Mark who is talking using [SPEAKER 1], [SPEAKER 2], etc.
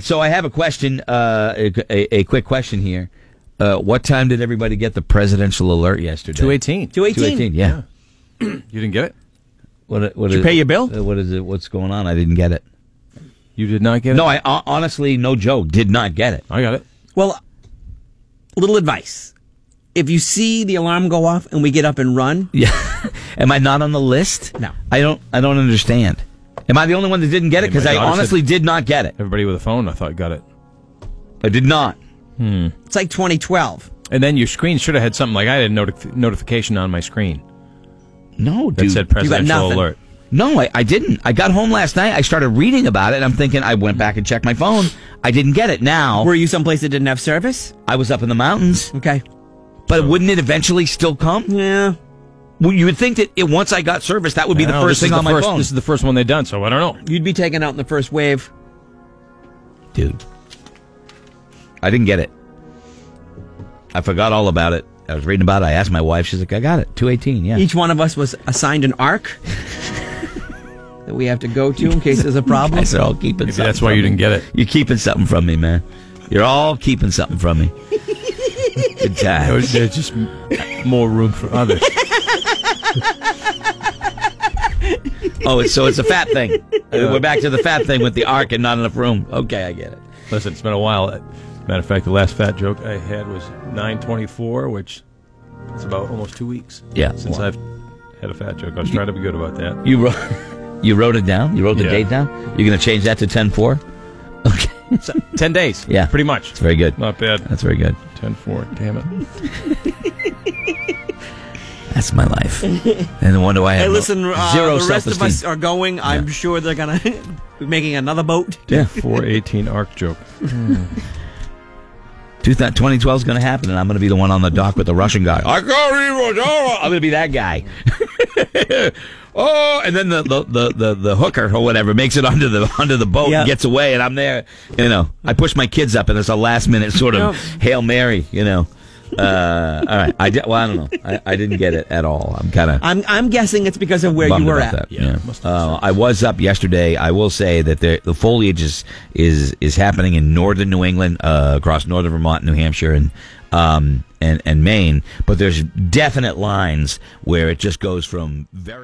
[SPEAKER 1] So I have a question, uh, a, a quick question here. Uh, what time did everybody get the presidential alert yesterday?
[SPEAKER 2] 218.
[SPEAKER 1] 218. 218 yeah.
[SPEAKER 2] You didn't get it?
[SPEAKER 1] What, what
[SPEAKER 2] Did you
[SPEAKER 1] is-
[SPEAKER 2] pay your bill?
[SPEAKER 1] uh, What is it? What's going on? I didn't get it.
[SPEAKER 2] You did not get it?
[SPEAKER 1] No, I hon- honestly, no joke, did not get it.
[SPEAKER 2] I got it.
[SPEAKER 3] Well, a little advice. If you see the alarm go off and we get up and run,
[SPEAKER 1] Yeah. Am I not on the list?
[SPEAKER 3] No.
[SPEAKER 1] I don't. I don't understand. Am I the only one that didn't get it?
[SPEAKER 2] Hey, my
[SPEAKER 1] Because I
[SPEAKER 2] daughter said-
[SPEAKER 1] honestly did not get it.
[SPEAKER 2] Everybody with a phone, I thought, got it.
[SPEAKER 1] I did not.
[SPEAKER 3] it's like 2012.
[SPEAKER 2] And then your screen should have had something like I had a noti- notification on my screen
[SPEAKER 1] No,
[SPEAKER 2] that
[SPEAKER 1] dude.
[SPEAKER 2] said
[SPEAKER 3] got
[SPEAKER 2] presidential
[SPEAKER 3] nothing.
[SPEAKER 2] alert.
[SPEAKER 1] No, I, I didn't. I got home last night. I started reading about it, and I'm thinking. I went back and checked my phone. I didn't get it. Now
[SPEAKER 3] Were you someplace that didn't have service?
[SPEAKER 1] I was up in the mountains,
[SPEAKER 3] Okay.
[SPEAKER 1] but wouldn't it eventually still come?
[SPEAKER 3] Yeah.
[SPEAKER 1] Well, you would think that it, once I got service, that would be
[SPEAKER 2] No,
[SPEAKER 1] the first
[SPEAKER 2] this is
[SPEAKER 1] thing
[SPEAKER 2] the
[SPEAKER 1] on my
[SPEAKER 2] first-
[SPEAKER 1] phone.
[SPEAKER 2] This is the first one they've done, so I don't know.
[SPEAKER 3] You'd be taken out in the first wave.
[SPEAKER 1] dude. I didn't get it. I forgot all about it. I was reading about it. I asked my wife. She's like, I got it. 218, yeah.
[SPEAKER 3] Each one of us was assigned an arc that we have to go to in case there's a problem.
[SPEAKER 1] I said, all keeping
[SPEAKER 2] Maybe
[SPEAKER 1] something
[SPEAKER 2] that's why
[SPEAKER 1] from
[SPEAKER 2] you
[SPEAKER 1] me.
[SPEAKER 2] didn't get it.
[SPEAKER 1] You're keeping something from me, man. You're all keeping something from me. Good
[SPEAKER 2] There
[SPEAKER 1] times.
[SPEAKER 2] was- There's just m- more room for others.
[SPEAKER 1] Oh, it's, so it's a fat thing. Uh, We're back to the fat thing with the arc and not enough room. Okay, I get it.
[SPEAKER 2] Listen, it's been a while. Matter of fact, the last fat joke I had was 924, which is about almost two weeks.
[SPEAKER 1] Yeah.
[SPEAKER 2] Since
[SPEAKER 1] Well.
[SPEAKER 2] I've had a fat joke. I was trying to be good about that.
[SPEAKER 1] You wrote, you wrote it down? You wrote the
[SPEAKER 2] Yeah.
[SPEAKER 1] date down? You're going to change that to 10 4? Okay.
[SPEAKER 2] So, 10 days.
[SPEAKER 1] Yeah.
[SPEAKER 2] Pretty much.
[SPEAKER 1] It's very good.
[SPEAKER 2] Not bad.
[SPEAKER 1] That's very good.
[SPEAKER 2] 10 4. Damn it.
[SPEAKER 1] That's my life. and wonder why I
[SPEAKER 3] Hey,
[SPEAKER 1] have no-
[SPEAKER 3] listen, uh,
[SPEAKER 1] zero
[SPEAKER 3] the rest of
[SPEAKER 1] self-esteem.
[SPEAKER 3] us are going. I'm sure they're going to be making another boat.
[SPEAKER 1] Yeah.
[SPEAKER 2] 418 arc joke.
[SPEAKER 1] 2012 is going to happen, and I'm going to be the one on the dock with the Russian guy. I can't even- oh, I'm going to be that guy. oh, and then the, the, the, the, the hooker or whatever makes it onto the onto the boat
[SPEAKER 3] Yeah.
[SPEAKER 1] and gets away, and I'm there. You know, I push my kids up, and it's a last minute sort of hail mary. You know. Uh, all right. I di- well, I don't know. I, I didn't get it at all. I'm kind of
[SPEAKER 3] I'm, I'm guessing it's because of where
[SPEAKER 1] bummed
[SPEAKER 3] you were
[SPEAKER 1] about
[SPEAKER 3] at.
[SPEAKER 1] that.
[SPEAKER 2] Yeah, must have
[SPEAKER 1] Uh, I was up yesterday. I will say that the, the foliage is, is is happening in northern New England, uh, across northern Vermont, New Hampshire, and um and and Maine. But there's definite lines where it just goes from very